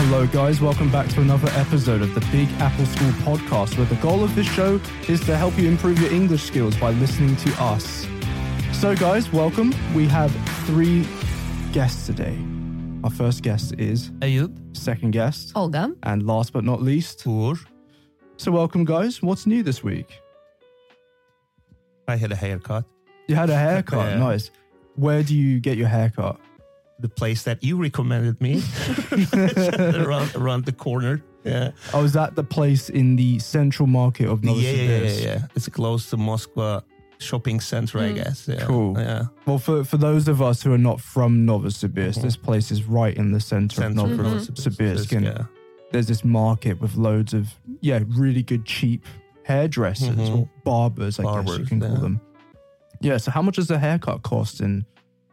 Hello, guys. Welcome back to another episode of the Big Apple School podcast, where the goal of this show is to help you improve your English skills by listening to us. So, guys, welcome. We have three guests today. Our first guest is Ayub, second guest, Olga. and last but not least. Tor. So, welcome, guys. What's new this week? I had a haircut. You had a haircut. Yeah. Nice. Where do you get your haircut? The place that you recommended me, around, around the corner. Yeah, Oh, is that the place in the central market of yeah, yeah, yeah, Novosibirsk? yeah, yeah. It's close to Moscow shopping center, I guess. Yeah. Cool. Yeah, Well, for, for those of us who are not from Novosibirsk, this place is right in the center, Mm-hmm. center of of Novosibirsk. and Yeah. There's this market with loads of, yeah, really good cheap hairdressers Mhm. or barbers, I guess you Barbers, can call yeah. them. Yeah, so how much does a haircut cost in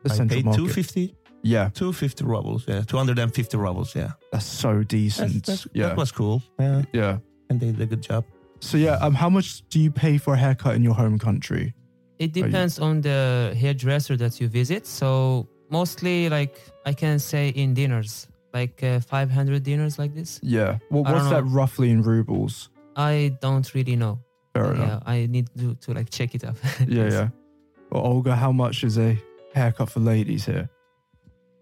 the I central paid market? 250, Yeah, 250 rubles. Yeah, 250 rubles. Yeah, that's so decent. That's- that's- yeah, that was cool. Yeah, yeah. and they did a good job. So yeah, um, how much do you pay for a haircut in your home country? It you- depends on the hairdresser that you visit. So mostly, like I can say, in dinners, like uh, 500 dinners, like this. Yeah, well, I don't what's that roughly in rubles? I don't really know. Fair enough. yeah, I need to, to like check it up. Yeah, Yes. yeah. Well, Olga, how much is a haircut for ladies here?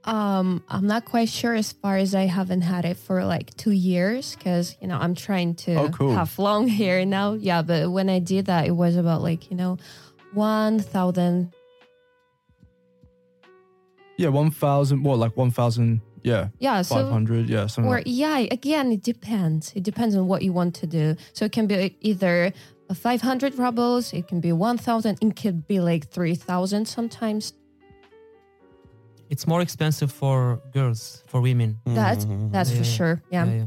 Um, I'm not quite sure as far as I haven't had it for like two years because you know I'm trying to Oh, cool. have long hair now. Yeah, but when I did that, it was about like you know, one thousand. Yeah, one thousand. What, like one thousand? Yeah, Yeah, five so hundred. yeah, something. or like- yeah, again, it depends. It depends on what you want to do. So it can be either five hundred rubles, it can be one thousand, it could be like three thousand sometimes. It's more expensive for girls, for women. That's Mm-hmm. Mhm. that's for Yeah. sure. yeah.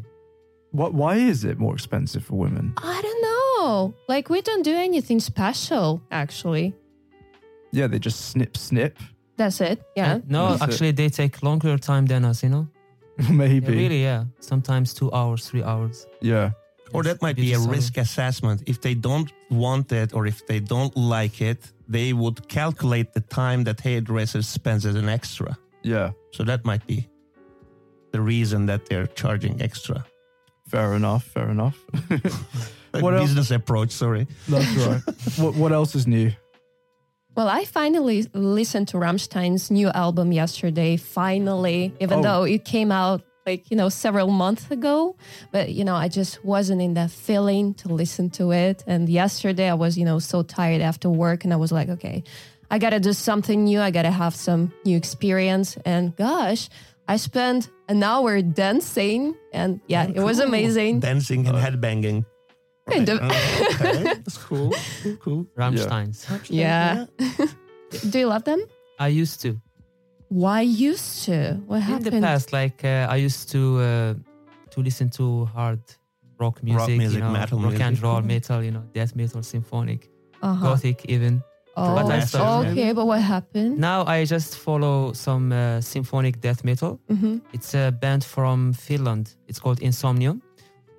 what? Why is it more expensive for women? I don't know. Like we don't do anything special actually. Yeah, they just snip, snip. That's it. Yeah. And No, That's it. actually, they take longer time than us. You know. Maybe. Yeah, really? Yeah. Sometimes two hours, three hours. Yeah. Or Yes, that might you be a just saw risk assessment. If they don't want it or if they don't like it, they would calculate the time that hairdresser spends as an extra. Yeah. So that might be the reason that they're charging extra. Fair enough. Fair enough. Like What else? business approach, sorry. That's right. what What else is new? Well, I finally listened to Rammstein's new album yesterday. Finally, even Oh. though it came out like, you know, several months ago, but you know, I just wasn't in that feeling to listen to it. And yesterday I was, you know, so tired after work and I was like, okay, I got to do something new. I got to have some new experience. And gosh, I spent an hour dancing and yeah, it was amazing. Dancing and headbanging. Kind of. Oh, Uh, okay. That's cool. Cool, cool. Rammstein's. Yeah. do you love them? I used to. Why used to? What In happened? the past, like uh, I used to uh, to listen to hard rock music, music, you know, metal rock and music. roll, metal, you know, death metal, symphonic, Uh-huh. gothic, even. Oh, But I started, yeah. okay. But what happened? Now I just follow some uh, symphonic death metal. hmm It's a band from Finland. It's called Insomnium,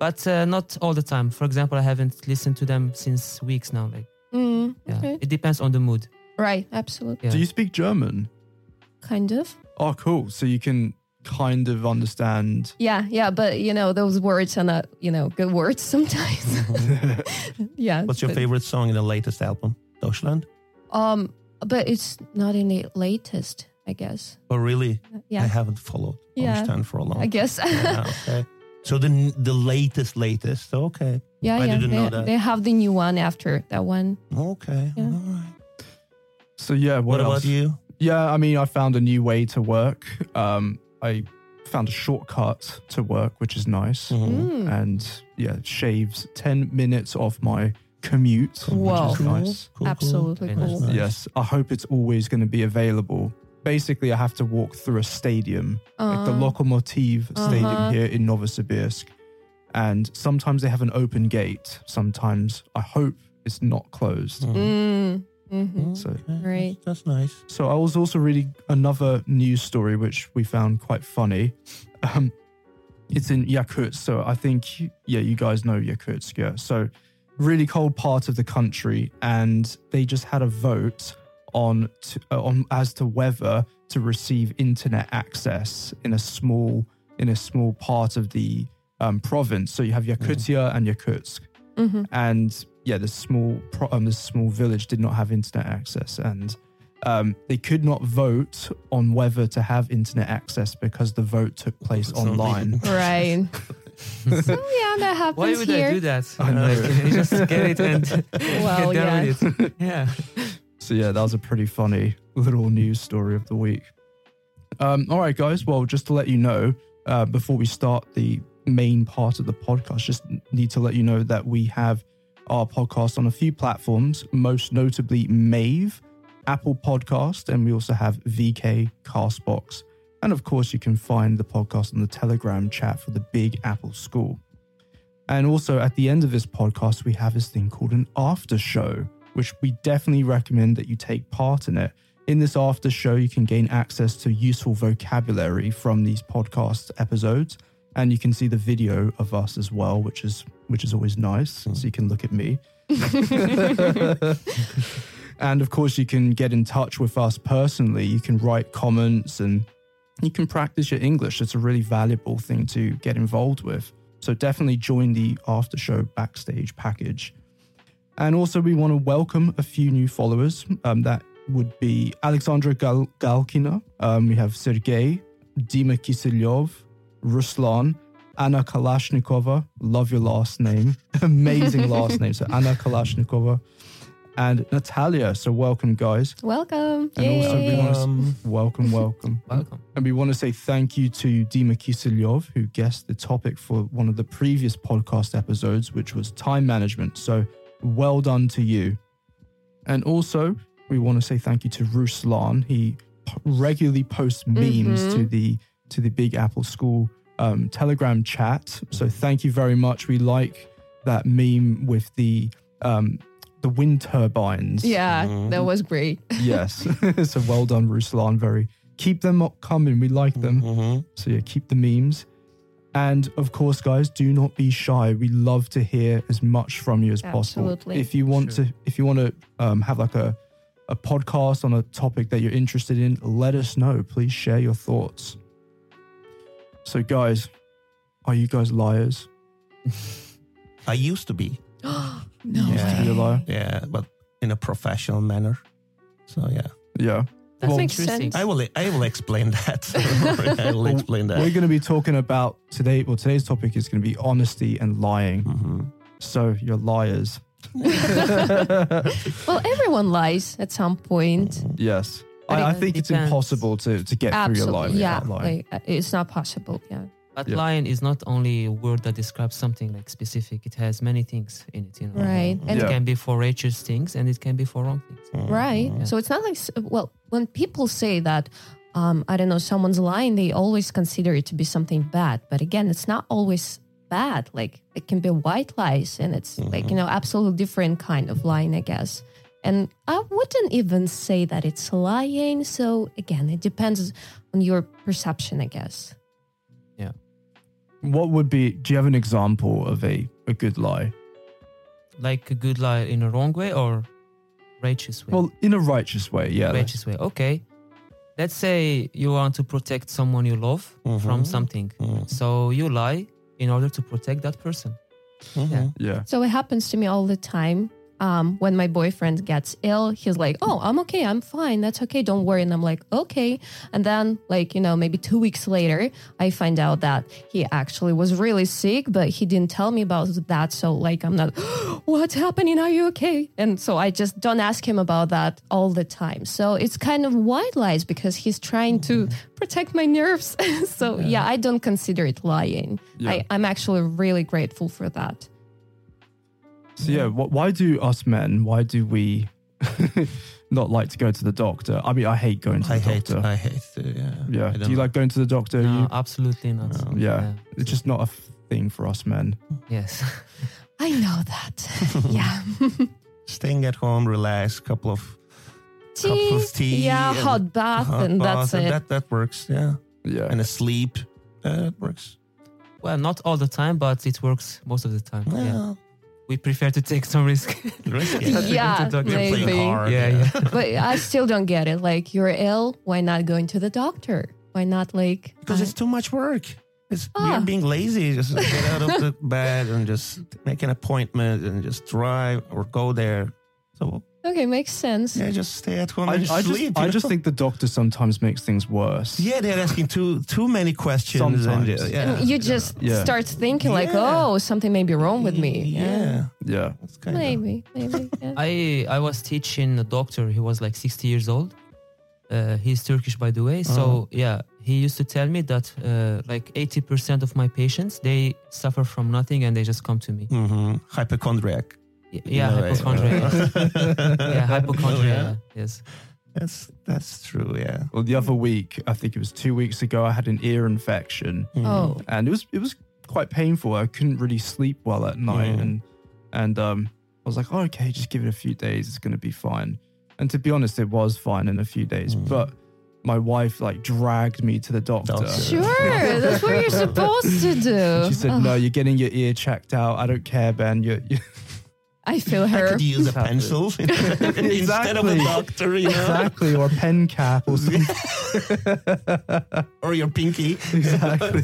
but uh, not all the time. For example, I haven't listened to them since weeks now. Like, Mm, yeah, okay. it depends on the mood. Right. Absolutely. Yeah. Do you speak German? Kind of. Oh, cool. So you can kind of understand. Yeah. Yeah. But you know, those words are not, you know, good words sometimes. yeah. What's your but- favorite song in the latest album? Deutschland? Um, but it's not in the latest, I guess. Oh, really? I Yeah. haven't followed Yeah. Rammstein for a long I guess. Yeah, okay. So the the latest, latest. Okay, yeah. I yeah. didn't they, know that. they have the new one after that one. okay, Yeah. all right. So yeah. What, What, else? about you? Yeah, I mean, I found a new way to work. Um, I found a shortcut to work, which is nice. Mm-hmm. Mm. And yeah, it shaves 10 minutes off my commute, Wow. which is nice. Cool, cool. Absolutely Very cool. nice. Yes, I hope it's always going to be available. Basically, I have to walk through a stadium, like the Uh, Lokomotiv Stadium uh-huh. here in Novosibirsk. And sometimes they have an open gate. Sometimes I hope it's not closed. Mhm. Mm, hmm So- Okay, that's- Right. That's nice. So I was also reading another news story which we found quite funny. Um, it's in Yakutsk, so I think yeah, you guys know Yakutsk, yeah. So really cold part of the country, and they just had a vote on to, uh, on as to whether to receive internet access in a small in a small part of the um, province. So you have Yakutia and Yakutsk, hmm and yeah, this small pro- um, this small village did not have internet access, and um, they could not vote on whether to have internet access because the vote took place It's not online. legal. Right. so yeah, that happens Why would here. I do that? I know. Like, you just get it and Well, get down with it. Yeah. So yeah, that was a pretty funny little news story of the week. Um, all right, guys. Well, just to let you know, uh, before we start the main part of the podcast, just need to let you know that we have our podcast on a few platforms, most notably Mave, Apple Podcast, and we also have VK Castbox. And of course, you can find the podcast on the Telegram chat for the Big Apple School. And also, at the end of this podcast, we have this thing called an after show, which we definitely recommend that you take part in it. In this after show, you can gain access to useful vocabulary from these podcast episodes, and you can see the video of us as well, which is which is always nice. So you can look at me. and of course, you can get in touch with us personally. You can write comments and you can practice your English. It's a really valuable thing to get involved with. So definitely join the after show backstage package. And also, we want to welcome a few new followers. Um, that would be Alexandra Gal- Galkina. Um, we have Sergey, Dima Kiselyov, Ruslan, Anna Kalashnikova. Love your last name. Amazing last name. So, Anna Kalashnikova and Natalia. So, welcome, guys. Welcome. And also we Yay. want- Um, Welcome, welcome. Welcome. And we want to say thank you to Dima Kiselyov, who guessed the topic for one of the previous podcast episodes, which was time management. So well done to you. And also, we want to say thank you to Ruslan. He p- regularly posts memes Mhm. to the to the Big Apple School um, Telegram chat. So thank you very much. We like that meme with the um, the wind turbines. yeah, Mhm. that was great. Yes. so well done, Ruslan. Very keep them up coming. We like them. mhm. So yeah, keep the memes. And of course, guys, do not be shy. We love to hear as much from you as possible. Absolutely. If you want Sure. to, if you want to um, have like a a podcast on a topic that you're interested in, let us know. Please share your thoughts. So, guys, are you guys liars? I used to be, no. Used to be a way. liar. yeah, but in a professional manner. So yeah, Yeah. That's Well, makes interesting. sense. I will. I will explain that. I will explain We're that. going to be talking about today. Well, today's topic is going to be honesty and lying. Mhm. So you're liars. Well, everyone lies at some point. Yes. But I, I it think it's depends. impossible to, to get through your life Absolutely. Yeah. without lying. Like, uh, it's not possible. Yeah. But Yeah. lion is not only a word that describes something like specific. It has many things in it, you know. Right. And It Yeah. can be for righteous things and it can be for wrong things. Right. So it's not like, s- well, when people say that, um, I don't know, someone's lying, they always consider it to be something bad. But again, it's not always bad. Like it can be white lies and it's Mm-hmm. like, you know, absolutely different kind of lying, I guess. And I wouldn't even say that it's lying. So again, it depends on your perception, I guess. What would be, do you have an example of a, a good lie? Like a good lie in a wrong way or righteous way? Well, in a righteous way, yeah. that's- righteous way. Okay. Let's say you want to protect someone you love Mm-hmm. from Mhm. something. Mhm. So you lie in order to protect that person. Mhm. Yeah. So it happens to me all the time. Um, when my boyfriend gets ill, he's like, "Oh, I'm okay, I'm fine, that's okay, don't worry." And I'm like, "Okay." And then, like you know, maybe two weeks later, I find out that he actually was really sick, but he didn't tell me about that. So like, I'm not, "What's happening? Are you okay?" And so I just don't ask him about that all the time. So it's kind of white lies because he's trying to Mm-hmm. protect my nerves. so yeah. I don't consider it lying. Yeah. I, I'm actually really grateful for that. So, yeah, wh- why do us men, why do we not like to go to the doctor? I mean, I hate going to the I hate. doctor. I hate. uh, yeah. yeah. I Do don't you know. like going to the doctor? No, You- absolutely not. No. yeah. It's just not a f- thing for us men. Yes. I know that. yeah. staying at home, relax, couple of Tea. Cup of tea yeah, and hot bath, hot and baths, that's it. and That that works. Yeah, Yeah. and a sleep. Uh, that works. well, not all the time, but it works most of the time. Yeah. Yeah, We prefer to take some risk. risk. Yeah, That's the Yeah, introduction. You're playing maybe. hard. Yeah, yeah. but I still don't get it. Like, you're ill. Why not going to the doctor? Why not, like, because uh, it's too much work. It's, Ah. We're being lazy. Just get out of the bed and just make an appointment and just drive or go there. So Okay, makes sense. yeah, just stay at home I, and I sleep. just, you I know? just think the doctor sometimes makes things worse. Yeah, they're asking too too many questions. Sometimes. uh, And yeah. you just Yeah. start thinking like, Yeah. oh, something may be wrong with me. Yeah, Yeah. that's kind of. Maybe, maybe. Yeah. I I was teaching a doctor. He was like 60 years old. Uh, he's Turkish, by the way. Uh-huh. So yeah, he used to tell me that uh, like 80% of my patients they suffer from nothing and they just come to me. hmm Hypochondriac. Y- Yeah, in a way. Oh, hypochondria. yeah, hypochondria. Yeah. Yes. That's that's true. Yeah. Well, the other week, I think it was two weeks ago, I had an ear infection, Oh, and it was it was quite painful. I couldn't really sleep well at night, Yeah. and and um, I was like, oh, okay, just give it a few days, it's gonna be fine. And to be honest, it was fine in a few days, Mm. but my wife like dragged me to the doctor. Doctor. sure. That's what you're supposed to do. She said, Oh, "No, you're getting your ear checked out. I don't care, Ben. You're, you I feel I her. could use a Exactly. pencil instead of a Exactly. doctor, you know, exactly, or a pen cap, or something." or your pinky. exactly.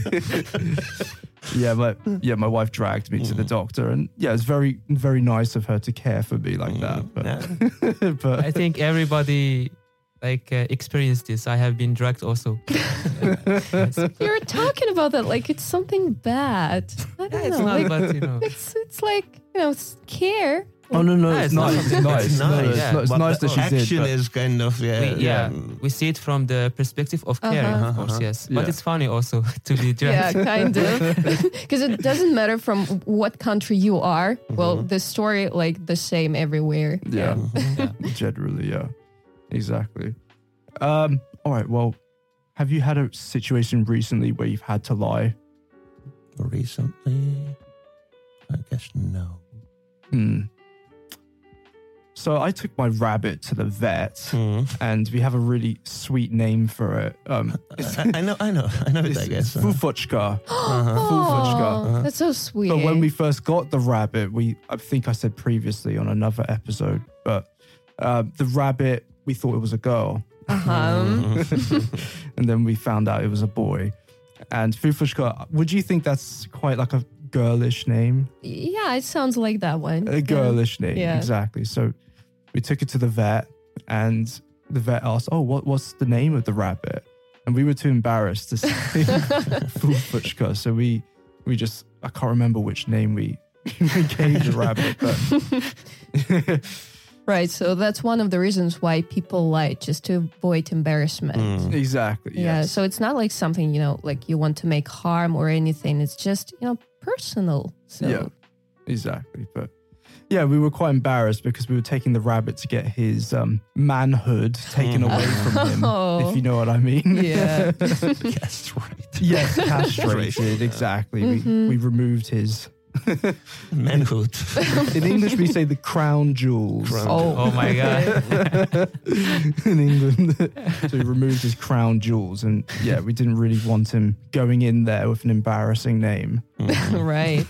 yeah, my yeah, my wife dragged me to Mm. the doctor, and yeah, it's very very nice of her to care for me like that. But Mm. Yeah. but I think everybody like uh, experienced this. I have been dragged also. You're talking about that like it's something bad. I don't It's know. not, like, but you know. it's it's like you know it's care. oh no no, Yeah, it's, it's nice, nice. it's nice, It's No, no, nice, it's, yeah. not- it's But nice the that she did. action but- is kind of yeah, we, yeah, we see it from the perspective of care, Uh-huh. of course, Uh-huh. yes. Yeah. But it's funny also to be Yeah, dragged. kind of. Because it doesn't matter from what country you are. Well, the story like the same everywhere. Mm-hmm. yeah, Mm-hmm. generally, yeah, exactly. Um, all right, well, have you had a situation recently where you've had to lie? Recently, I guess no. Hmm. So I took my rabbit to the vet, and we have a really sweet name for it. Um, I, I know, I know, I know it. I guess. uh, Fufochka. Uh-huh. Full Uh-huh. Oh, that's so sweet. But when we first got the rabbit, we I think I said previously on another episode, but uh, the rabbit we thought it was a girl, um, and then we found out it was a boy. And Fufushka, would you think that's quite like a girlish name? yeah, it sounds like that one. A girlish name, Yeah. exactly. So we took it to the vet, and the vet asked, "Oh, what, what's the name of the rabbit?" And we were too embarrassed to say Fufushka, so we we just I can't remember which name we, we gave the rabbit, but. Right. So that's one of the reasons why people lie, just to avoid embarrassment. Exactly. Yeah. Mm, Yes. So it's not like something, you know, like you want to make harm or anything. It's just, you know, personal. So Yeah. Exactly. But yeah, we were quite embarrassed because we were taking the rabbit to get his um, manhood taken Mm. away from him, Oh. if you know what I mean. Yeah. yes, right. Mm-hmm. yes, Castrated. castrated. Exactly. We, we removed his. Manhood. In English, we say the crown jewels. Crown Oh my god. in England. so he removed his crown jewels. And yeah, we didn't really want him going in there with an embarrassing name. right.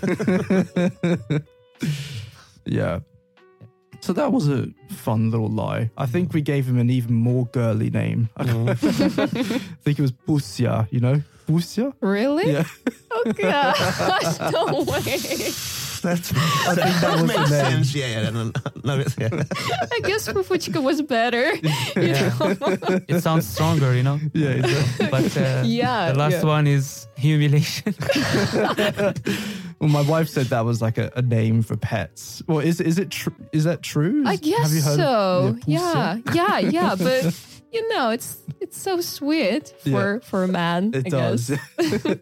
Yeah. So that was a fun little lie. I think we gave him an even more girly name. I think it was Busia, you know? Busia? Really? Yeah. Oh gosh. No way. That's, I think that was makes the name. sense. Yeah, yeah, no, no, no, yeah. I guess Fufuchika was better. You know? it sounds stronger, you know? Yeah, exactly. But uh, Yeah, the last yeah. one is humiliation. Well, my wife said that was like a, a name for pets. Well, is is it tr- is that true? I Is- guess so. of- Yeah. Busia? Yeah. Yeah. But you know, it's it's so sweet Yeah. for for a man. It I does. Guess.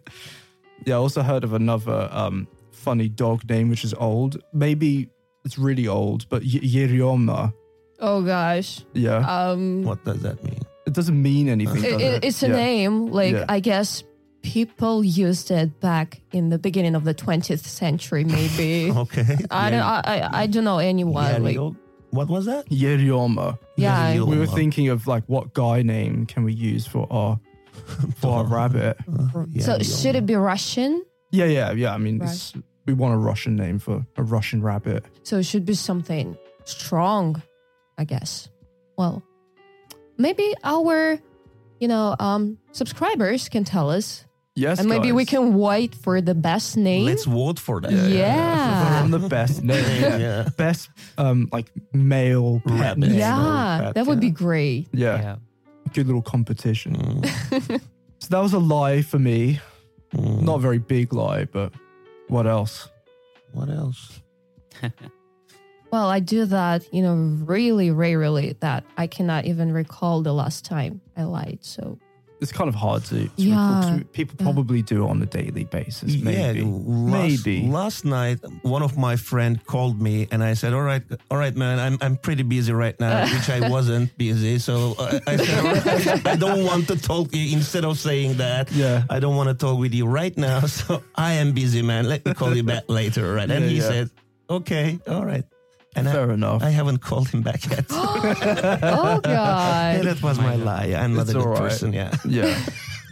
yeah, I also heard of another um, funny dog name which is old. Maybe it's really old, but y- Yerioma. Oh gosh. Yeah. Um. What does that mean? it doesn't mean anything. It- does it- it? it's a Yeah. name like Yeah. i guess people used it back in the beginning of the 20th century maybe Okay. i don't I, I i don't know anyone Yeah, like Leo. what was that? Yerioma. yeah Leo. We were thinking of like what guy name can we use for our for our rabbit? Yeah, so Leo. should it be russian Yeah, yeah, yeah. I mean, it's, we want a Russian name for a Russian rabbit. so it should be something strong i guess well maybe our you know um subscribers can tell us Yes, and maybe we guys. can wait for the best name. Let's vote for that. yeah. Vote on the best name, yeah. yeah. best um like male pet Rabbit. name. Yeah, But, that would be yeah. great. yeah, yeah. good little competition. Mm, So that was a lie for me. mm. Not a very big lie, but what else? What else? Well, I do that, you know, really rarely that I cannot even recall the last time I lied. So, It's kind of hard to, to Yeah. recall, 'cause people Yeah. probably do it on a daily basis. Maybe. Yeah, last, Maybe. Last night, one of my friend called me, and I said, "All right, all right, man, I'm I'm pretty busy right now," which I wasn't busy. So uh, I said, all right, "I don't want to talk." to you." Instead of saying that, Yeah. I don't want to talk with you right now. So I am busy, man. Let me call you back later, all right? And Yeah, he yeah. said, "Okay, all right." And I, Fair enough. I haven't called him back yet. oh Yeah, god, that was my lie. I'm not It's a good all right. person. Yeah. yeah.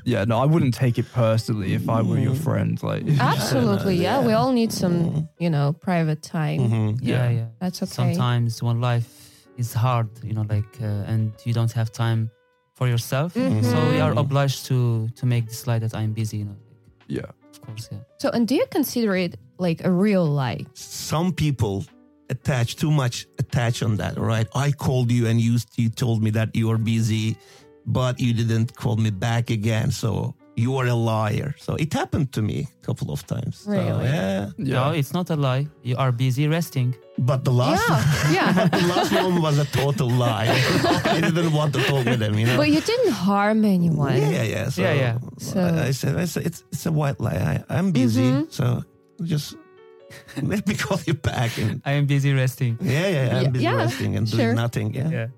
Yeah, no, I wouldn't take it personally if I were your friend. Like, Ah. absolutely, yeah. We all need Mm-hmm. some, you know, private time. Mhm. yeah, yeah, That's okay. Sometimes one life is hard, you know, like, uh, and you don't have time for yourself. So we are Mhm. obliged to to make this lie that I'm busy, you know. yeah, Of course, yeah. So, and do you consider it like a real lie? some people attach too much attach on that right i called you and you you told me that you were busy but you didn't call me back again so you are a liar so it happened to me a couple of times So, Really? yeah No, yeah, it's not a lie. You are busy resting. but the last Yeah, yeah. the last one was a total lie i didn't want to talk with them you know but you didn't harm anyone. yeah yeah yeah so, Yeah, yeah. So- Mm-hmm. I, I said I said, it's, it's a white lie I, i'm busy so just let me call you back and I am busy resting. yeah yeah, i'm Yeah, busy yeah, resting and sure. doing nothing yeah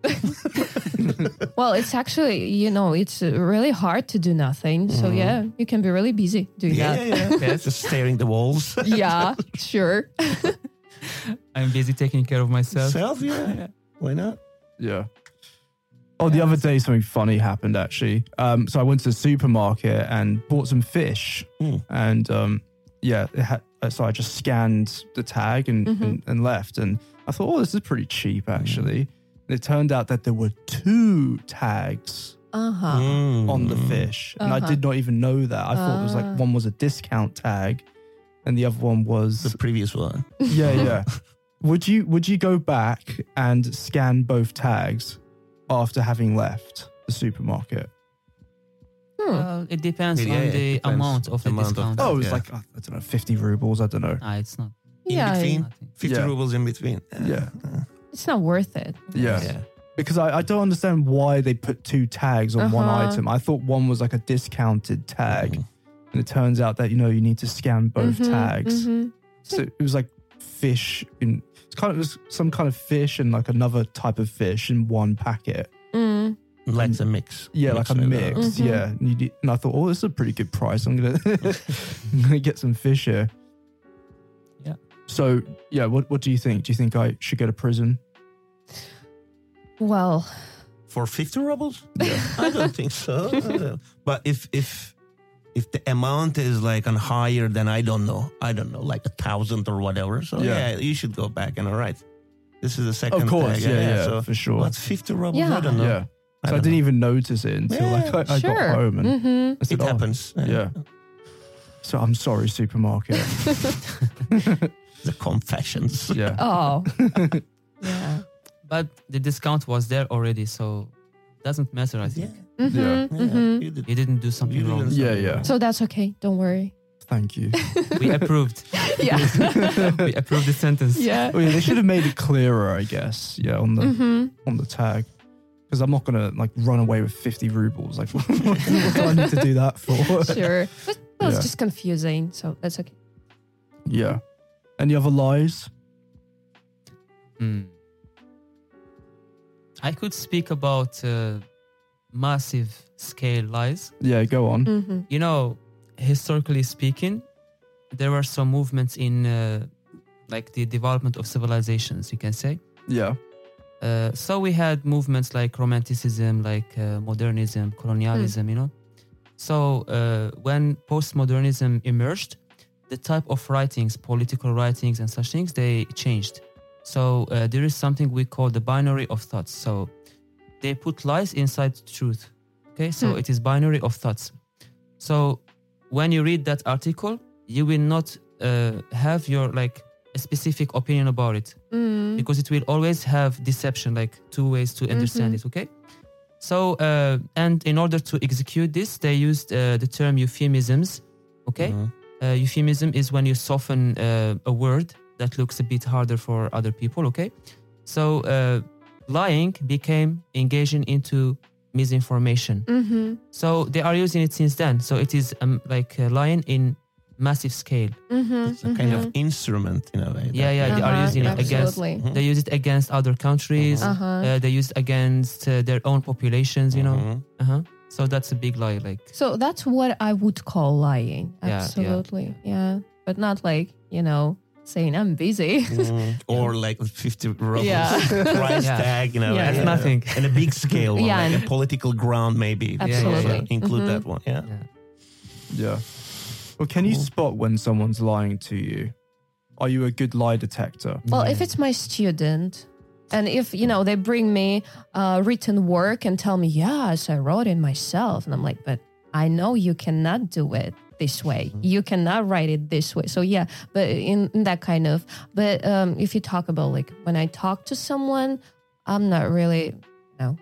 Well, it's actually, you know, it's uh, really hard to do nothing. So, yeah, you can be really busy doing Yeah, that. yeah, yeah. Just staring the walls. yeah, sure. I'm busy taking care of myself. Self, yeah. Why not? yeah. Oh, the other day something funny happened actually. Um, so I went to the supermarket and bought some fish, Hmm. and um, yeah, it had, uh, so I just scanned the tag and, and and left, and I thought, oh, this is pretty cheap actually. And it turned out that there were two tags Uh huh. Ah. Uh-huh. Mm. on the fish, and I Uh-huh. did not even know that. I thought it was like one was a discount tag, and the other one was The previous one. Yeah, yeah. would you would you go back and scan both tags after having left the supermarket? Hmm. Uh, it depends Yeah, on yeah, it the depends. amount of the Amount of- discount. Oh, it was Yeah. like uh, I don't know, fifty rubles. I don't know. Ah, it's not. In Yeah, between, Nothing. 50 Yeah. rubles in between. Yeah. It's not worth it. Yeah, because I, I don't understand why they put two tags on one Uh-huh. item. I thought one was like a discounted tag, and it turns out that you know you need to scan both Mhm, tags. mhm. So it was like fish in it's kind of it was some kind of fish and like another type of fish in one packet. Mm. Like a mix. Yeah, like a mix. Mhm. Yeah, and, you, did- and I thought, oh, this is a pretty good price. I'm gonna, I'm gonna get some fish here. Yeah. So yeah, what what do you think? Do you think I should go to prison? Well, For 50 rubles? I don't think so. I don't- but if, if, if the amount is like on higher than I don't know, I don't know, like a thousand or whatever. So Yeah. yeah, you should go back and all right. This is the second. of course, tag, yeah, yeah, So for sure. what's fifty rubles? Yeah. I don't know. yeah. So I, I don't didn't know. even notice it until Yeah, like, I, I sure. got home and hmm I said, It oh, happens. Yeah. So I'm sorry, supermarket. The confessions. yeah. Oh. yeah. But the discount was there already, so doesn't matter. I think hmm Yeah. Yeah, hmm you did. you didn't do something You wrong. didn't- Mm-hmm. Yeah, yeah. So that's okay. Don't worry. Thank you. We approved. Yeah. we approved the sentence. yeah. Oh yeah, they should have made it clearer, I guess. Yeah, on the hmm on the tag. Because I'm not gonna like run away with fifty rubles. Like, what do I need to do that for? Sure. But that was Yeah. just confusing. So that's okay. Yeah. Any other lies? Hmm. I could speak about uh, massive scale lies. Yeah, go on. hmm You know, historically speaking, there were some movements in uh, like the development of civilizations, you can say. Yeah. Uh, so we had movements like romanticism, like uh, modernism, colonialism, you know. So uh, when postmodernism emerged, the type of writings, political writings and such things, they changed. So uh, there is something we call the binary of thoughts. So they put lies inside truth. Okay, so Hmm. it is binary of thoughts. So when you read that article, you will not uh, have your like a specific opinion about it Mm. Mm-hmm. because it will always have deception, like two ways to understand Mhm. it. Okay. So uh, and in order to execute this, they used uh, the term euphemisms. Okay. Mm-hmm. Mhm. Mm-hmm. Uh, euphemism is when you soften uh, a word that looks a bit harder for other people. Okay, so uh, lying became engaging into misinformation. Mm-hmm. So they are using it since then. So it is um, like uh, lying in massive scale. Mm-hmm. It's a kind of instrument in a way. Hmm? Yeah, yeah, they are using it against. Uh-huh, Absolutely. They use it against other countries. Mhm. Uh-huh. Uh, they use it against uh, their own populations. You know. Mhm. Mm-hmm. Uh huh. So that's a big lie. Like so that's what I would call lying. Yeah, yeah, Absolutely. Yeah. But not like, you know, saying I'm busy. Mhm. Or like 50 rubles Yeah. price Yeah. tag, you know. Yeah, that's and, uh, nothing. And a big scale, one, Yeah, like and- a political ground, maybe. yeah, yeah. Absolutely. Include Mhm. that one, yeah. Yeah. Yeah. Well, can you Cool. spot when someone's lying to you? Are you a good lie detector? Well, Yeah. if it's my student, and if you know they bring me uh, written work and tell me, "Yes, I wrote it myself," and I'm like, "But I know you cannot do it this way. You cannot write it this way." So yeah, but in, in that kind of. But um, if you talk about like when I talk to someone, I'm not really no.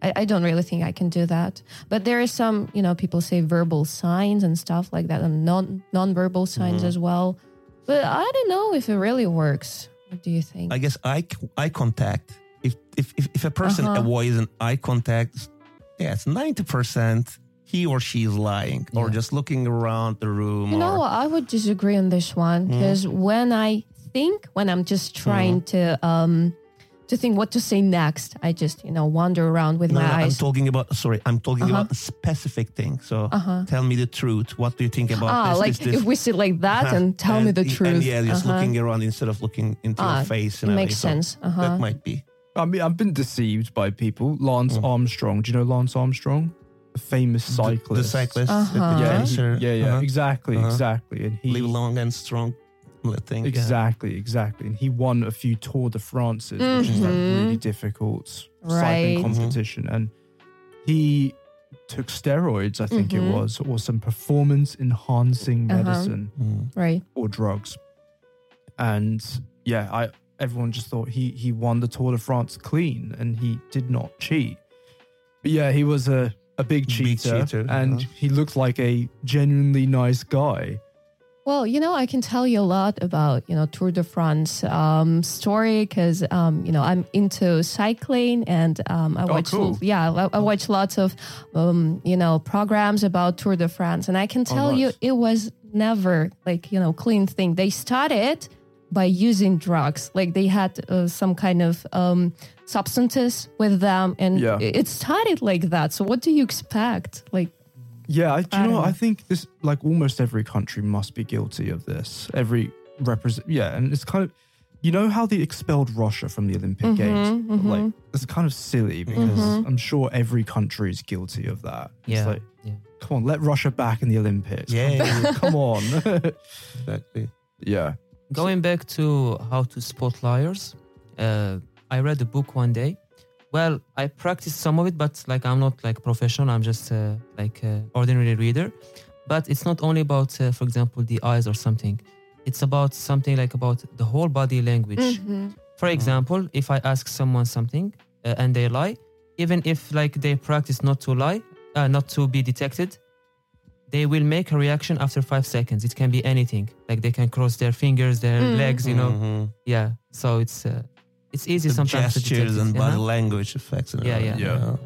I, I don't really think I can do that. But there is some, you know, people say verbal signs and stuff like that, and non non-verbal signs as well. But I don't know if it really works. What do you think? I guess eye, c- eye contact. If if if, if a person Uh-huh. avoids an eye contact, yeah, it's ninety percent he or she is lying or Yeah. just looking around the room. you know or, what? I would disagree on this one Mm. because when I think, when I'm just trying to um to think what to say next, I just you know wander around with No, my no, I'm eyes. talking about. Sorry, I'm talking Uh-huh. about specific things. So Uh-huh. tell me the truth. What do you think about ah, uh, this? like this, this? if we sit like that and tell me the and- truth. And yeah, just Uh-huh. looking around instead of looking into Ah, your face. it And makes everything. So sense. Uh huh. That might be. I mean, I've been deceived by people. Lance Mm. Armstrong. Do you know Lance Armstrong? The famous The- cyclist. The, cyclist. Uh-huh. The Yeah, he- dancer. yeah, yeah. uh-huh. Exactly, Uh-huh. exactly. And he Live long and strong. I think. yeah. exactly, exactly. And he won a few Tour de France's, which is that Mhm. really difficult Right. cycling Mhm. competition. And he took steroids, I think Mhm. it was, or some performance enhancing Uh-huh. medicine. Mm. Right. or drugs. And yeah, I everyone just thought he he won the Tour de France clean and he did not cheat. But yeah, he was a a big Big cheater, cheater, uh-huh. and yeah. he looked like a genuinely nice guy. Well, you know, I can tell you a lot about, you know, Tour de France um, story because, um, you know, I'm into cycling and um, I Oh, watch, cool. yeah, I, I watch lots of, um, you know, programs about Tour de France. And I can tell you Oh, nice. it was never like, you know, clean thing. They started by using drugs. Like they had uh, some kind of um, substances with them. And Yeah. it it started like that. So what do you expect? Like, Yeah, I, do you I know? don't what? know. I think this like almost every country must be guilty of this. Every represent, yeah, and it's kind of you know how they expelled Russia from the Olympic Games. mhm, Like it's kind of silly because Mhm. I'm sure every country is guilty of that. It's Yeah, like, yeah. come on, let Russia back in the Olympics. Yeah, yeah, yeah, come on. exactly. yeah. Going back to how to spot liars, uh, I read a book one day. Well, I practiced some of it, but like I'm not like professional. I'm just uh, like uh, ordinary reader. But it's not only about, uh, for example, the eyes or something. It's about something like about the whole body language. mhm. Mm-hmm. For example, if I ask someone something uh, and they lie, even if like they practice not to lie, uh, not to be detected, they will make a reaction after five seconds. It can be anything. Like they can cross their fingers, their Mm. legs, you know. Mhm. Yeah. So it's uh, it's easy The sometimes to detect gestures it, and you body know? language effects. And Yeah, all yeah. that, Yeah. you know.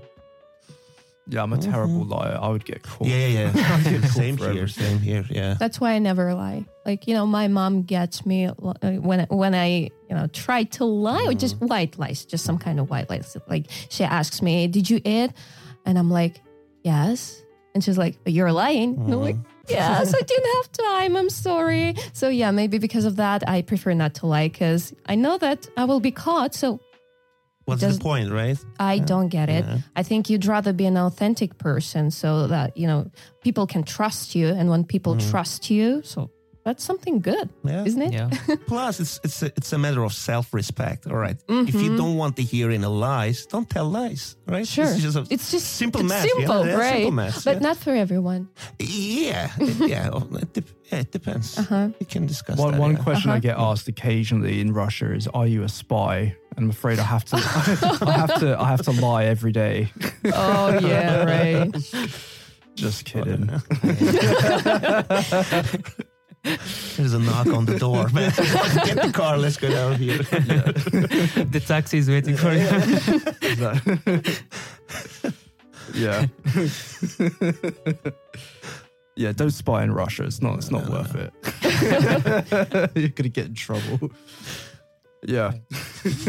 Yeah, I'm a terrible liar. I would get caught. Yeah, yeah, I'd yeah. get caught same for here, everything. same here. Yeah. That's why I never lie. Like you know, my mom gets me uh, when when I you know try to lie or just white lies, just some kind of white lies. Like she asks me, "Did you eat?" And I'm like, "Yes." And she's like, "But you're lying." And I'm like, "Yes, I didn't have time. I'm sorry." So yeah, maybe because of that, I prefer not to lie because I know that I will be caught. So What's Does- the point, right? I don't get it. Yeah. I think you'd rather be an authentic person so that, you know, people can trust you. And when people trust you, so That's something good, Yeah. isn't it? Yeah. Plus, it's it's a, it's a matter of self respect. All right. If Mhm. you don't want to hear any lies, don't tell lies. all Right. Sure. It's just a It's just simple it's math. simple, yeah? Yeah, right? Simple math. but yeah. not for everyone. yeah. it- yeah. oh, It, dep- yeah, it depends. Uh-huh. We can discuss One, that. one yeah. question I Uh-huh. get asked occasionally in Russia is, "Are you a spy?" And I'm afraid I have to. I have to. I have to lie every day. Oh yeah, right. Just kidding. There's a knock on the door. Man. Get the car. Let's go down here. the taxi is waiting for you. yeah. yeah. Don't spy in Russia. It's not. It's not No, no, worth it. You're gonna get in trouble. Yeah.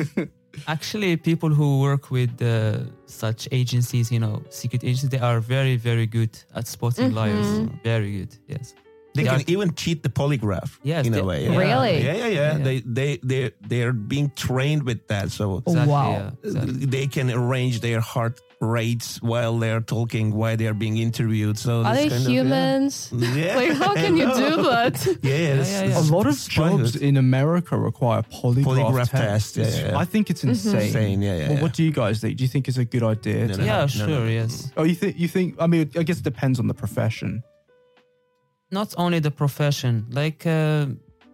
Actually, people who work with uh, such agencies, you know, secret agencies, they are very, very good at spotting liars. Mhm. Very good. Yes. They They can are- even cheat the polygraph. Yes, In they- a way. Yeah. Really? Yeah, yeah, yeah. They they they they're being trained with that. So. Oh, wow. yeah, exactly. They can arrange their heart rates while they're talking, while they're being interviewed. So Are this they kind humans? Of, yeah. yeah. Like, how can you do that? Yeah, yeah, it's- yeah, A it's- lot of it's jobs private. in America require polygraph, Polygraph tests. test, yeah, yeah, yeah. I think it's insane. insane. Yeah, yeah. Well, yeah. what do you guys think? Do you think it's a good idea? No, to- no, Yeah, no, sure, no. yes. Oh, you think you think? I mean, I guess it depends on the profession. Not only the profession, like uh,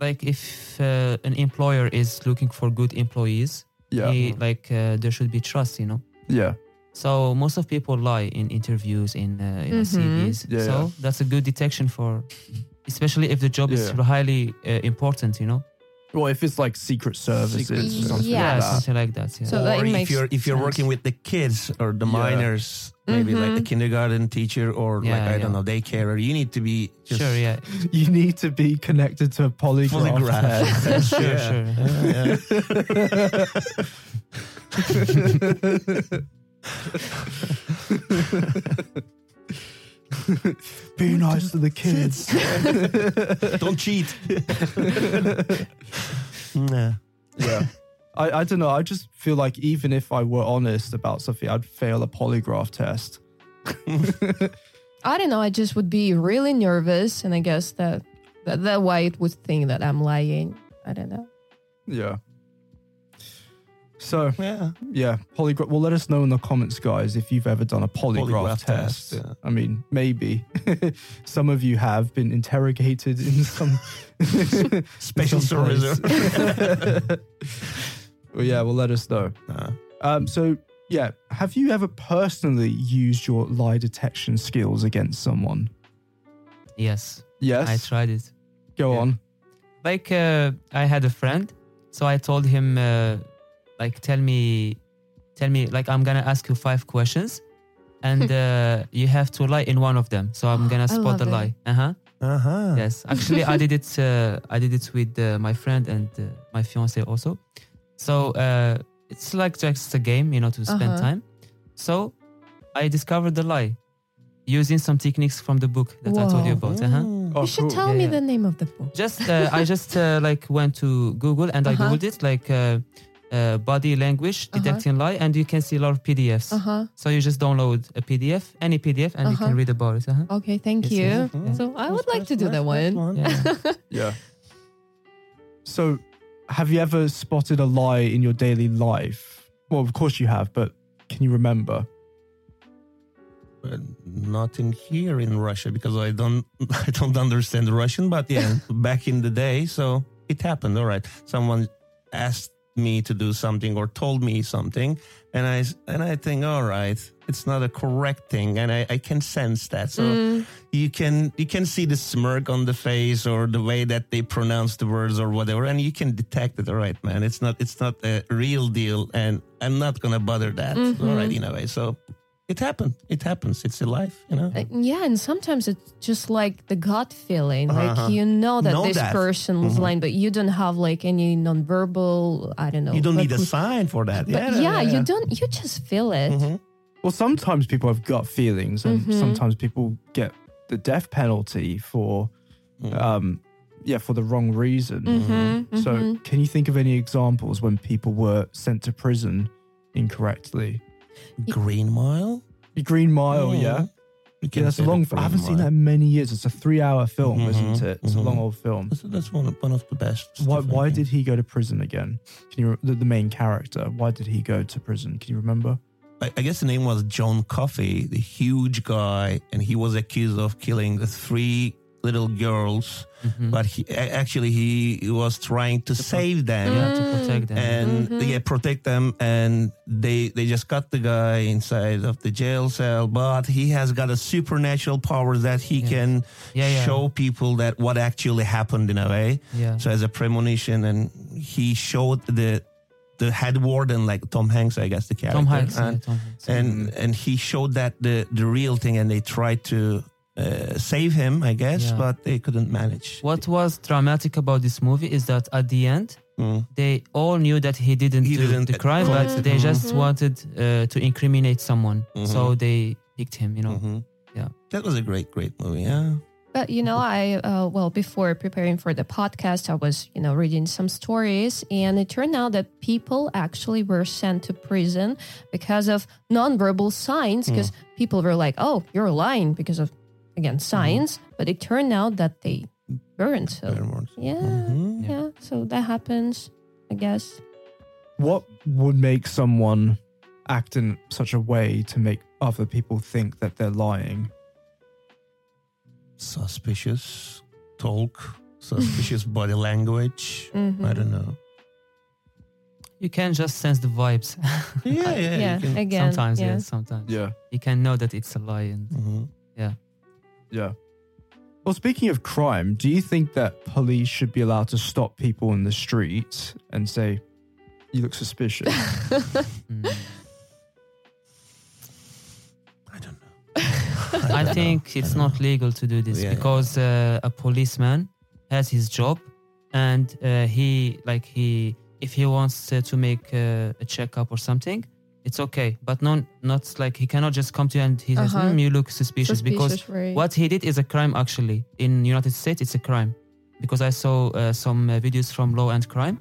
like if uh, an employer is looking for good employees, Yeah, he- like uh, there should be trust, you know. yeah, So most of people lie in interviews, in uh, you know, Mhm. CVs. Yeah, so yeah. that's a good detection for, especially if the job is Yeah. highly uh, important, you know. Well, if it's like secret services Secret or something Yeah. like that. something like that. Yeah. So- that or it if makes you're if you're sense. working with the kids or the Yeah. minors, maybe like the Mhm. kindergarten teacher or like Yeah, I don't yeah. know daycare, you need to be just sure, yeah, You need to be connected to a polygraph. polygraph. test. sure, Yeah. sure. Yeah, yeah. Be nice to the kids. Don't cheat. yeah. yeah. I, I don't know. I just feel like even if I were honest about something, I'd fail a polygraph test. I don't know. I just would be really nervous, and I guess that that, that why it would think that I'm lying. I don't know. Yeah. So Yeah. yeah, polygraph. Well, let us know in the comments, guys, if you've ever done a polygraph, Polygraph test. test, yeah. I mean, maybe some of you have been interrogated in some Special some place. service. well, yeah, well, let us know. Uh, Um, so yeah, have you ever personally used your lie detection skills against someone? Yes, Yes. I tried it. Go Yeah. on. Like uh, I had a friend, so I told him, uh, like, tell me, tell me, like, I'm gonna ask you five questions, and uh, you have to lie in one of them. So I'm gonna I spot love the it. lie. Uh huh. uh-huh. Yes, actually, I did it. Uh, I did it with uh, my friend and uh, my fiance also. So uh, it's like just a game, you know, to spend Uh-huh. time. So I discovered the lie using some techniques from the book that I told you Wow. about. Uh-huh. Mm. Oh, you should cool. tell Yeah, me yeah. the name of the book. Just uh, I just uh, like went to Google and Uh-huh. I googled it like uh, uh, body language Uh-huh. detecting lie, and you can see a lot of PDFs. Uh huh. So you just download a PDF, any PDF, and you Uh-huh. can read about it. Uh-huh. Okay, thank Yes, yes, you. yes. So I would Nice, like to do nice, that nice one. Yeah. Yeah. So, have you ever spotted a lie in your daily life? Well, of course you have, but can you remember? But not in here in Russia because I don't I don't understand Russian. But yeah, back in the day, so it happened. All right, someone asked me to do something or told me something, and I s- and I think all right, it's not a correct thing, and I, I can sense that. So Mm, you can you can see the smirk on the face or the way that they pronounce the words or whatever, and you can detect it. All right, man, it's not it's not a real deal, and I'm not gonna bother that. Mm-hmm. All right, in a way, so. It happened. It happens. It's a life, you know. uh, yeah, and sometimes it's just like the gut feeling. Uh-huh. Like you know that Know this that. Mm-hmm. person is lying, but you don't have like any nonverbal. I don't know. You don't but- need a sign for that. But yeah, you don't. You just feel it. Mhm. Well, sometimes people have gut feelings, and Mm-hmm. sometimes people get the death penalty for, um, yeah, for the wrong reason. Mm-hmm. So, can you think of any examples when people were sent to prison incorrectly? Green Mile. Green Mile, Oh, Mhm. yeah. You Yeah, can that's a say long. for I a haven't seen while. that in many years. It's a three-hour film, Mm-hmm, isn't Mhm, it? It's a long mhm. old film. That's, that's one, of, one of the best. Why, stuff, I why think. did he go to prison again? Can you re- the, the main character? Why did he go to prison? Can you remember? I, I guess the name was John Coffey, the huge guy, and he was accused of killing the three little girls. Mhm. But he a- actually he was trying to save them yeah, Mm. to protect them. and Mhm. yeah, protect them. And they they just got the guy inside of the jail cell. But he has got a supernatural power that he Yeah. can yeah, yeah, show people that what actually happened in a way. yeah. So as a premonition, and he showed the the head warden, like Tom Hanks, I guess the character, Tom Hanks, yeah, and Tom Hanks. and, Mm-hmm. and he showed that the the real thing, and they tried to uh, save him, I guess, Yeah. but they couldn't manage. what was dramatic about this movie is that at the end Mm. they all knew that he didn't He do didn't the crime, commit but it. they just Mhm. wanted uh, to incriminate someone, Mm-hmm. so they picked him. You know, Mhm. yeah. that was a great, great movie. Yeah, But you know, I uh, well before preparing for the podcast, I was you know reading some stories, and it turned out that people actually were sent to prison because of nonverbal signs, because people were like, "Oh, you're lying," because of again signs. But it turned out that they weren't. So Paramount. yeah, Mhm. yeah. So that happens, I guess. What would make someone act in such a way to make other people think that they're lying? Suspicious talk, suspicious body language. Mhm. I don't know. you can just sense the vibes Mm-hmm. Yeah, yeah. you Mm-hmm. yeah, can- again. sometimes. Yeah, yeah. sometimes Yeah, you can know that it's a lie. And Mhm. yeah. Well, speaking of crime, do you think that police should be allowed to stop people in the street and say, "You look suspicious"? Mm. I don't know. I, don't know. think I it's don't not know. legal to do this Yeah, yeah. because Uh, a policeman has his job, and uh, he like he if he wants uh, to make uh, a checkup or something, it's okay. But non not like he cannot just come to you and he says, Uh-huh. "Hmm, "You look suspicious,", because right. what he did is a crime. Actually, in United States, it's a crime because I saw uh, some uh, videos from Law and Crime,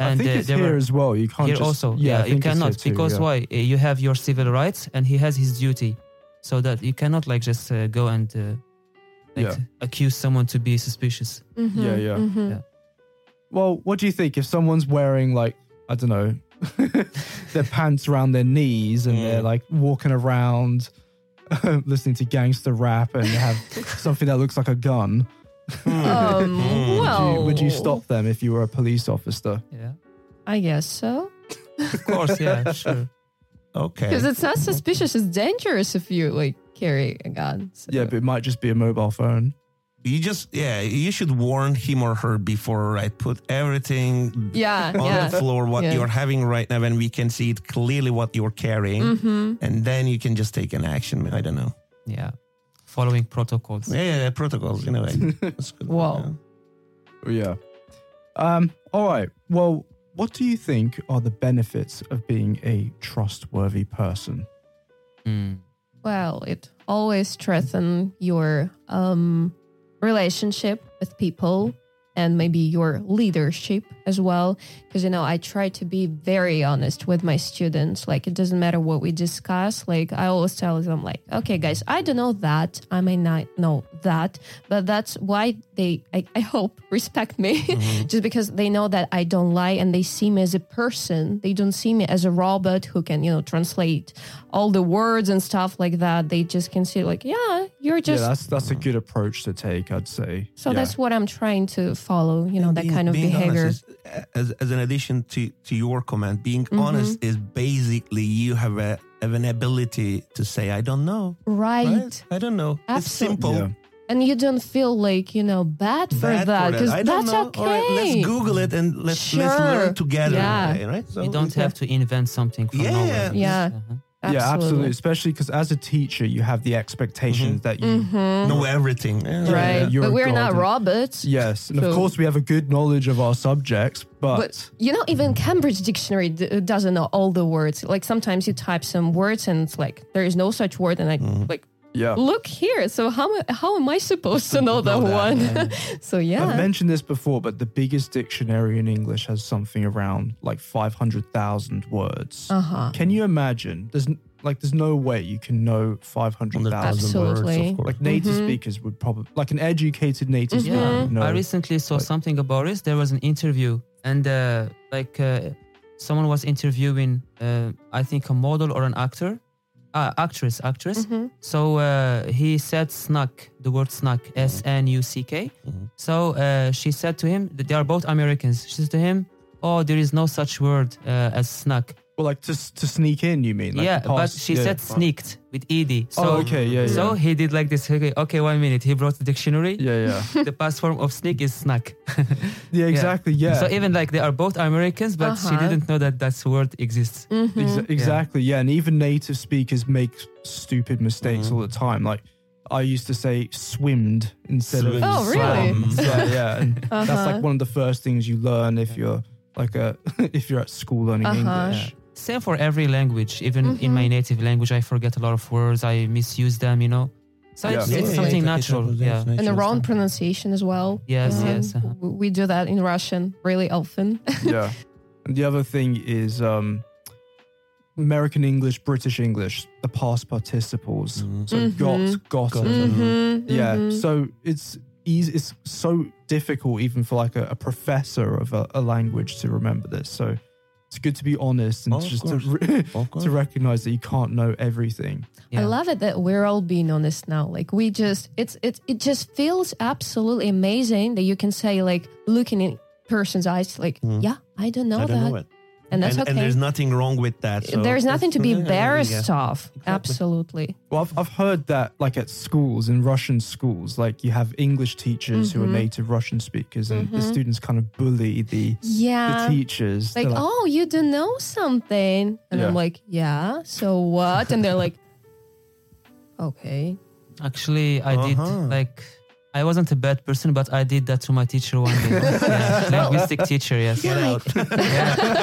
I and think uh, it's they were- here as well. You can't here just, also. I Yeah, you think it's cannot here too, because yeah. why? Uh, You have your civil rights, and he has his duty, so that you cannot like just uh, go and uh, like, Yeah. accuse someone to be suspicious. Mhm, Yeah, yeah. mhm. Yeah. Well, what do you think if someone's wearing like I don't know their pants around their knees and they're Mm. like walking around listening to gangster rap and they have something that looks like a gun? Um, Mm. Would you- well, would you stop them if you were a police officer? Yeah, I guess so. of course. Yeah, sure. Okay. Because it's not suspicious. It's dangerous if you like carry a gun. So. Yeah, but it might just be a mobile phone. You just yeah, you should warn him or her before, right? Put everything yeah, on yeah. the floor what Yeah. you're having right now and we can see it clearly what you're carrying. Mm-hmm. And then you can just take an action. I don't know. yeah, following protocols. Yeah, yeah, yeah, protocols in a way. That's good. Wow. Yeah. Oh, Yeah. Um, all right. Well, what do you think are the benefits of being a trustworthy person? Mm. Well, it always strengthens your um, relationship with people and maybe your leadership as well. Because, you know, I try to be very honest with my students. Like, it doesn't matter what we discuss. Like, I always tell them, like, okay, guys, I don't know that. I may not know that. But that's why they, I, I hope, respect me. Just because they know that I don't lie and they see me as a person. They don't see me as a robot who can, you know, translate all the words and stuff like that. They just can see, like, yeah, you're just. yeah, that's that's a good approach to take, I'd say. so Yeah. that's what I'm trying to follow, you know, that Being- kind of being honest behavior. is- as, as an addition to, to your comment, being Mm-hmm. honest is basically you have a have an ability to say, I don't know. right. Right? I don't know. It's Absolute- simple. Yeah. And you don't feel like, you know, bad for bad that for because I don't that's know. okay. All right, let's Google it and let's let's Sure. learn together. Yeah. okay, right? So Oh, You don't have to invent something from Yeah, nowhere. yeah. Uh-huh. Yeah, absolutely. Especially because as a teacher, you have the expectations that you. Mhm. know everything. Yeah. Right. you're but a we're not god. robots. Yes, and of So- course we have a good knowledge of our subjects, but, But you know, even Cambridge Dictionary d- uh, doesn't know all the words. Like sometimes you type some words and it's like there is no such word, and I Mm-hmm. like yeah, look here. So how am- how am I supposed to know that Know that, one? so I've yeah, mentioned this before, but the biggest dictionary in English has something around like five hundred thousand words. uh huh. Can you imagine? There's n- like there's no way you can know 500,000 Absolutely. Absolutely. course. like native Mhm. speakers would probably like an educated native Mhm. speaker would know I recently saw Like- something about it. There was an interview, and uh, like uh, someone was interviewing, uh, I think a model or an actor, uh, actress, actress. Mhm. So uh, he said snuck, the word snuck, Mm-hmm. S N U C K. Mhm. So uh, she said to him, they are both Americans. She said to him, "Oh, there is no such word uh, as snuck." well like to, s- to sneak in you mean like yeah, to pass- but she yeah. said sneaked with ed. So, oh okay yeah yeah so he did like this. Okay, okay, one minute. He brought the dictionary. yeah yeah The past form of sneak is snuck. yeah exactly yeah So even like they are both Americans, but she Uh-huh. didn't know that that word exists. Exa- Mhm. exactly yeah. and even native speakers make stupid mistakes Mhm. all the time like I used to say swimmed instead of Swim- Oh, really? swam. yeah yeah and that's Uh-huh. like one of the first things you learn if you're like a if you're at school learning Uh-huh. English Same for every language. Even in my native language, I forget a lot of words. I misuse them. You know. So Yeah. it's, Yeah, it's yeah, something yeah, natural. Yeah. And the wrong pronunciation as well. Yes, Um, yes, uh-huh. w- We do that in Russian really often. yeah. And the other thing is um, American English, British English, the past participles. Mhm. So Mhm. got, gotten. Gotten. Mm-hmm. Mhm, Yeah. mhm. So it's easy. It's so difficult, even for like a, a professor of a, a language, to remember this. So it's good to be honest and Of just to, course. re- Of course. to recognize that you can't know everything. yeah. I love it that we're all being honest now. Like we just it's it it just feels absolutely amazing that you can say like looking in person's eyes like Mhm. yeah, I don't know I that. don't know it. And that's and, okay. and there's nothing wrong with that. so there's nothing to be that's- embarrassed yeah. of. Absolutely. Well, I've, I've heard that like at schools, in Russian schools, like you have English teachers who are Mhm. native Russian speakers, and the Mhm. students kind of bully the, the Yeah. teachers. like, They're oh, you don't know something. And Yeah. I'm like, yeah, so what? And they're like, okay. Actually, I did Uh-huh. like. I wasn't a bad person, but I did that to my teacher one day. Yeah, Linguistic teacher, yes. Yeah.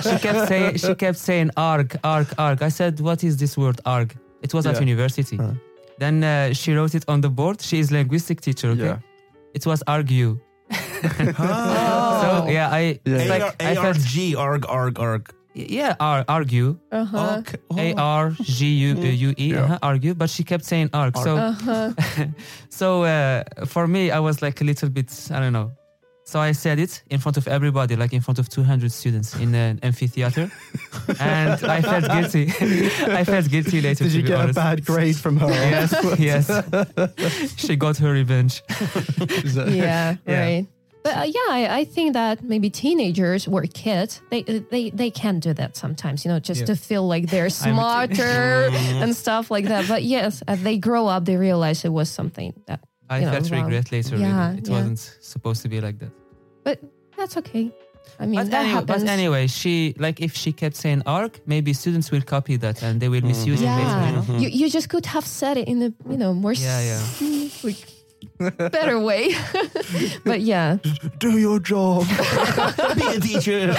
She kept saying she kept saying arg, arg, arg. I said, What is this word arg? It was at Yeah. university. Then uh, she wrote it on the board. She is linguistic teacher, okay? Yeah. It was argue. Oh. Ah. So yeah, I Yeah. it's like I felt ARG, arg, arg, arg. yeah, ar- argue. Uh-huh. Okay. A Oh. R G U U E Yeah. uh-huh, argue, but she kept saying arg. So Uh-huh. so uh, for me, I was like a little bit, I don't know. So I said it in front of everybody, like in front of 200 students in an amphitheater, and I felt guilty. I felt guilty later. Did to you be get honest. a bad grade from her? Yes, yes. she got her revenge. Is it- yeah, Yeah. right. But uh, yeah, I, I think that maybe teenagers or kids, they uh, they they can do that sometimes, you know, just Yeah. to feel like they're smarter Mm. and stuff like that. But yes, as they grow up, they realize it was something that. I You know, felt wrong. regret later. Yeah, really. It yeah. wasn't supposed to be like that. But that's okay. I mean, But, that anyway, but happens. anyway, she like if she kept saying arc, maybe students will copy that and they will misuse it Mm. later. yeah, You know? you, you just could have said it in a you know more Yeah, yeah. s- like better way. but yeah, Do your job. Be a teacher.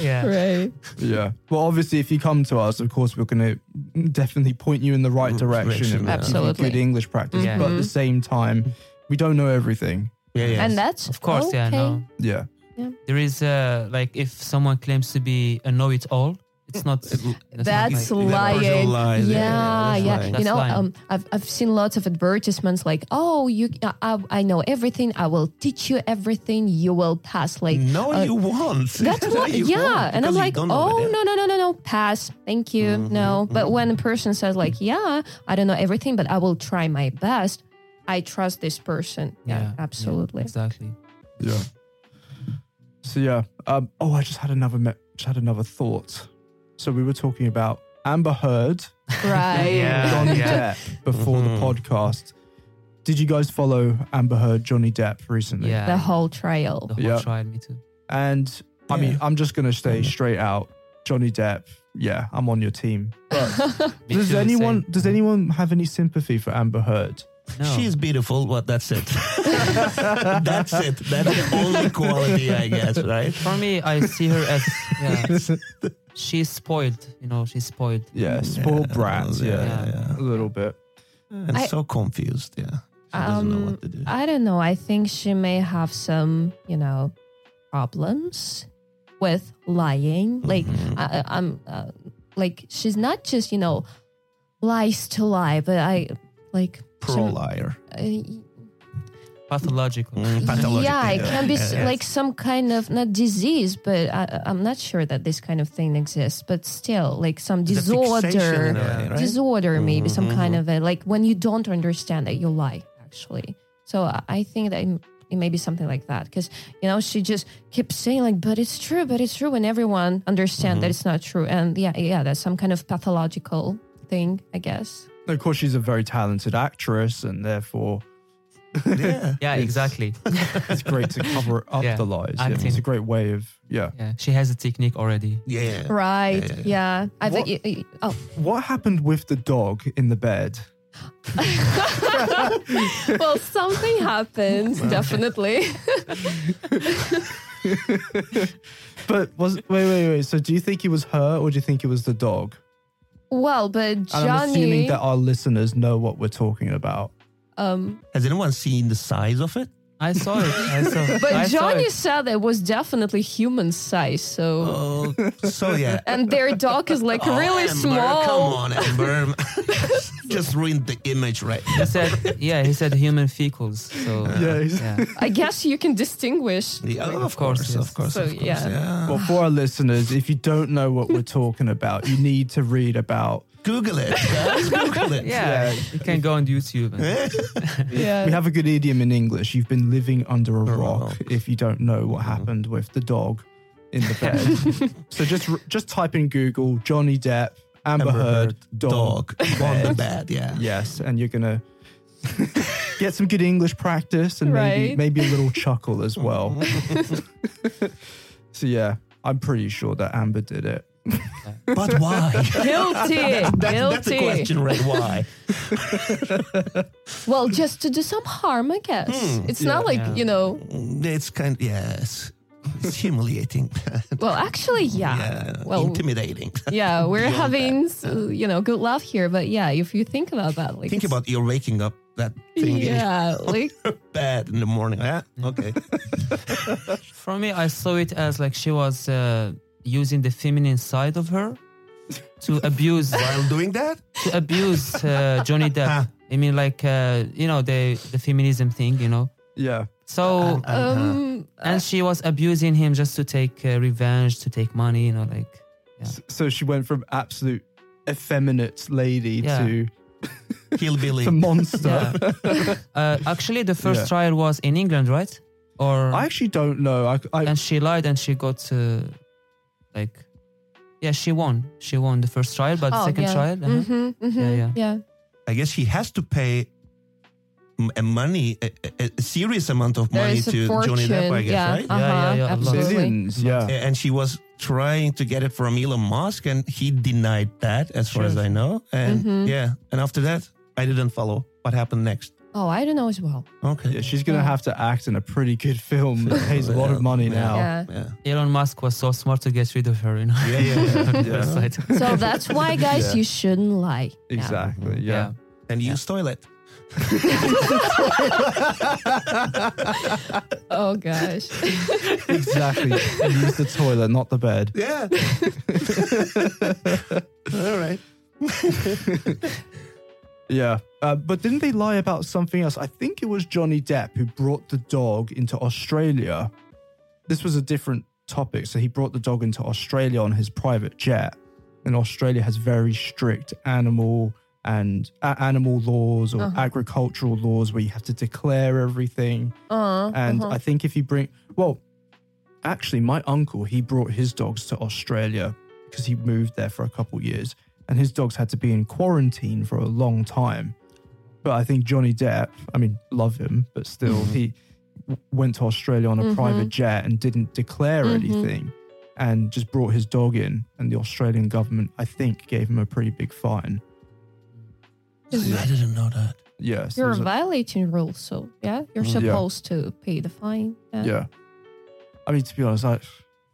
Yeah. right. yeah. Well, obviously, if you come to us, of course, we're going to definitely point you in the right Mm, direction. direction, and yeah. give you Absolutely. Good English practice. Yeah. But at the same time, we don't know everything. yeah, yeah. And that's Of course, okay. yeah, no. Yeah. There is uh, like if someone claims to be a know-it-all, it's not. That's, not That's like- lying. Virgil lied. Yeah, yeah, Yeah, yeah. that's lying. That's You know, lying. um, I've I've seen lots of advertisements like, "Oh, you, I, I- I know everything. I will teach you everything. You will pass." Like, no, uh, you won't. That's No, what, you yeah. won't, And I'm because you like, don't know oh, it, no, no, no, no, no, pass. Thank you. No. But when a person says, like, yeah, I don't know everything, but I will try my best, I trust this person. Yeah, absolutely. exactly. Yeah. So yeah. Um, oh, I just had another me- just had another thought. So we were talking about Amber Heard, Right. Yeah. Johnny yeah. Depp before Mhm. the podcast. Did you guys follow Amber Heard, Johnny Depp recently? Yeah. The whole trial. The whole Yeah. trial, me too. And I Yeah. mean, I'm just going to say straight out, Johnny Depp. Yeah, I'm on your team. Me does too, anyone same. does anyone have any sympathy for Amber Heard? No. She's beautiful, but that's it. that's it. That's the only quality, I guess, right? For me, I see her as yeah. she's spoiled. You know, she's spoiled. Yeah, spoiled brats. Yeah, yeah, a little bit. And I- so confused, yeah. She doesn't know Um, what to do. I don't know. I think she may have some, you know, Mm-hmm. problems with lying. Like, I, I- I'm. Uh, like she's not just you know lies to lie, but I like Pro liar. uh, Pathological. Mm, pathological. Yeah, it can be s Yeah. like some kind of not disease, but I, I'm not sure that this kind of thing exists. But still, like some It's a fixation in disorder, a way, right? Mm-hmm. disorder maybe some Mhm, kind mhm. of a like when you don't understand that you lie actually. So I, I think that. It, it may be something like that because you know she just keeps saying like but it's true but it's true when everyone understand that Mm-hmm. it's not true and yeah yeah that's some kind of pathological thing i guess Of course, she's a very talented actress, and therefore yeah. Yeah, exactly. it's great to cover up Yeah, the lies. Yeah, it's acting. a great way of yeah. Yeah, she has a technique already. Yeah. right yeah, yeah, i think y- y- oh What happened with the dog in the bed? well, something happened, definitely. But was wait wait wait. So do you think it was her, or do you think it was the dog? well, but And I'm assuming Johnny, that our listeners know what we're talking about. um, Has anyone seen the size of it? I saw it. I saw. but I saw Johnny it. said it was definitely human size. So, Oh, so yeah. and their dog is like Oh, really Amber, Come small. on, Amber. Just ruined the image, right? He said, "Yeah, he said human fecals." So Yeah, he's- yeah. I guess you can distinguish. Yeah, of, Of course, course, yes. of course, So, of course. yeah. Well, for our listeners, if you don't know what we're talking about, you need to read about. Google it. Guys. Google it. Yeah, you can go on YouTube. And, We Yeah. have a good idiom in English. You've been living under a a rock Uh-huh. rock. if you don't know what happened with the dog in the bed. so just just type in Google Johnny Depp Amber, Amber Heard, Heard, dog. dog on the bed. Yeah. Yes, and you're gonna get some good English practice and maybe Right. maybe a little chuckle as well. so yeah, I'm pretty sure that Amber did it. But why? Guilty. That's, that's Guilty. the question, right? Why? Well, just to do some harm, I guess. it's not like, Yeah. you know, It's kind. Yes. It's humiliating. well, actually, yeah. yeah. Well, intimidating. yeah, we're Beyond having, s you know, good laugh here. But yeah, if you think about that, like, Think it's- about you're waking up that thing yeah, like, in bed in the morning. Yeah. Okay. for me, I saw it as like she was uh, using the feminine side of her to abuse While doing that, to abuse uh, Johnny Depp. Huh. I mean, like uh, you know the the feminism thing, you know. Yeah. So Uh, um, and she was abusing him just to take uh, revenge, to take money, you know, like S- So she went from absolute effeminate lady to Yeah. hillbilly. the monster. yeah. uh, actually, the first Yeah. trial was in England, right? Or I actually don't know. I, I and she lied and she got uh, like yeah, she won. She won the first trial, but Oh, second yeah. trial, uh-huh. hmm hmm Yeah, yeah. I guess he has to pay m- a money, a, a- a serious amount of There money is a to fortune. Johnny Depp, I guess, yeah, right? Yeah, yeah, uh-huh, yeah, a lot. absolutely. billions. Yeah. A- And she was trying to get it from Elon Musk, and he denied that, as far as I know. And Mhm. yeah, and after that, I didn't follow what happened next. Oh, I don't know as well. Okay. Yeah, she's gonna Yeah. have to act in a pretty good film that pays a lot of money now. Yeah. Yeah. Elon Musk was so smart to get rid of her, you know. Yeah, yeah, yeah. on the Yeah. first side. So that's why, guys, Yeah. you shouldn't lie. Yeah. Exactly. Yeah. Yeah. And use toilet. Oh gosh. exactly. And use the toilet, not the bed. Yeah. All right. Yeah. Uh, but didn't they lie about something else? I think it was Johnny Depp who brought the dog into Australia. This was a different topic. So he brought the dog into Australia on his private jet. And Australia has very strict animal and a- animal laws or agricultural laws where you have to declare everything. Uh, And I think if you bring, well, actually, my uncle he brought his dogs to Australia because he moved there for a couple years, and his dogs had to be in quarantine for a long time. But I think Johnny Depp, I mean, love him, but still, he w- went to Australia on a private jet and didn't declare anything, and just brought his dog in, and the Australian government, I think, gave him a pretty big fine. I didn't know that. Yes, you're violating rules, so yeah, you're Mm-hmm. Yeah. supposed to pay the fine. Yeah. Yeah. I mean, to be honest, I.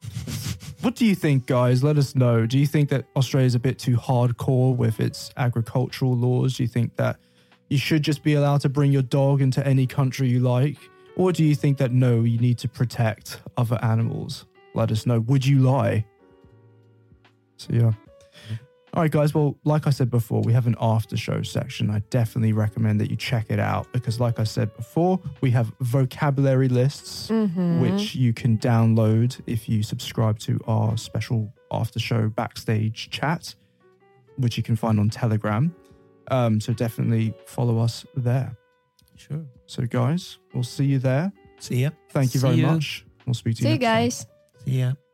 What do you think, guys? Let us know. Do you think that Australia's a bit too hardcore with its agricultural laws? Do you think that you should just be allowed to bring your dog into any country you like? Or do you think that no, you need to protect other animals? Let us know. Would you lie? So, yeah. All right, guys. Well, like I said before, we have an after show section. I definitely recommend that you check it out because, like I said before, we have vocabulary lists, Mhm. which you can download if you subscribe to our special after show backstage chat, which you can find on Telegram. Um, so definitely follow us there. Sure. So, guys, we'll see you there. See ya. Thank you See very you. much. We'll speak to you. See you next time. guys. See ya.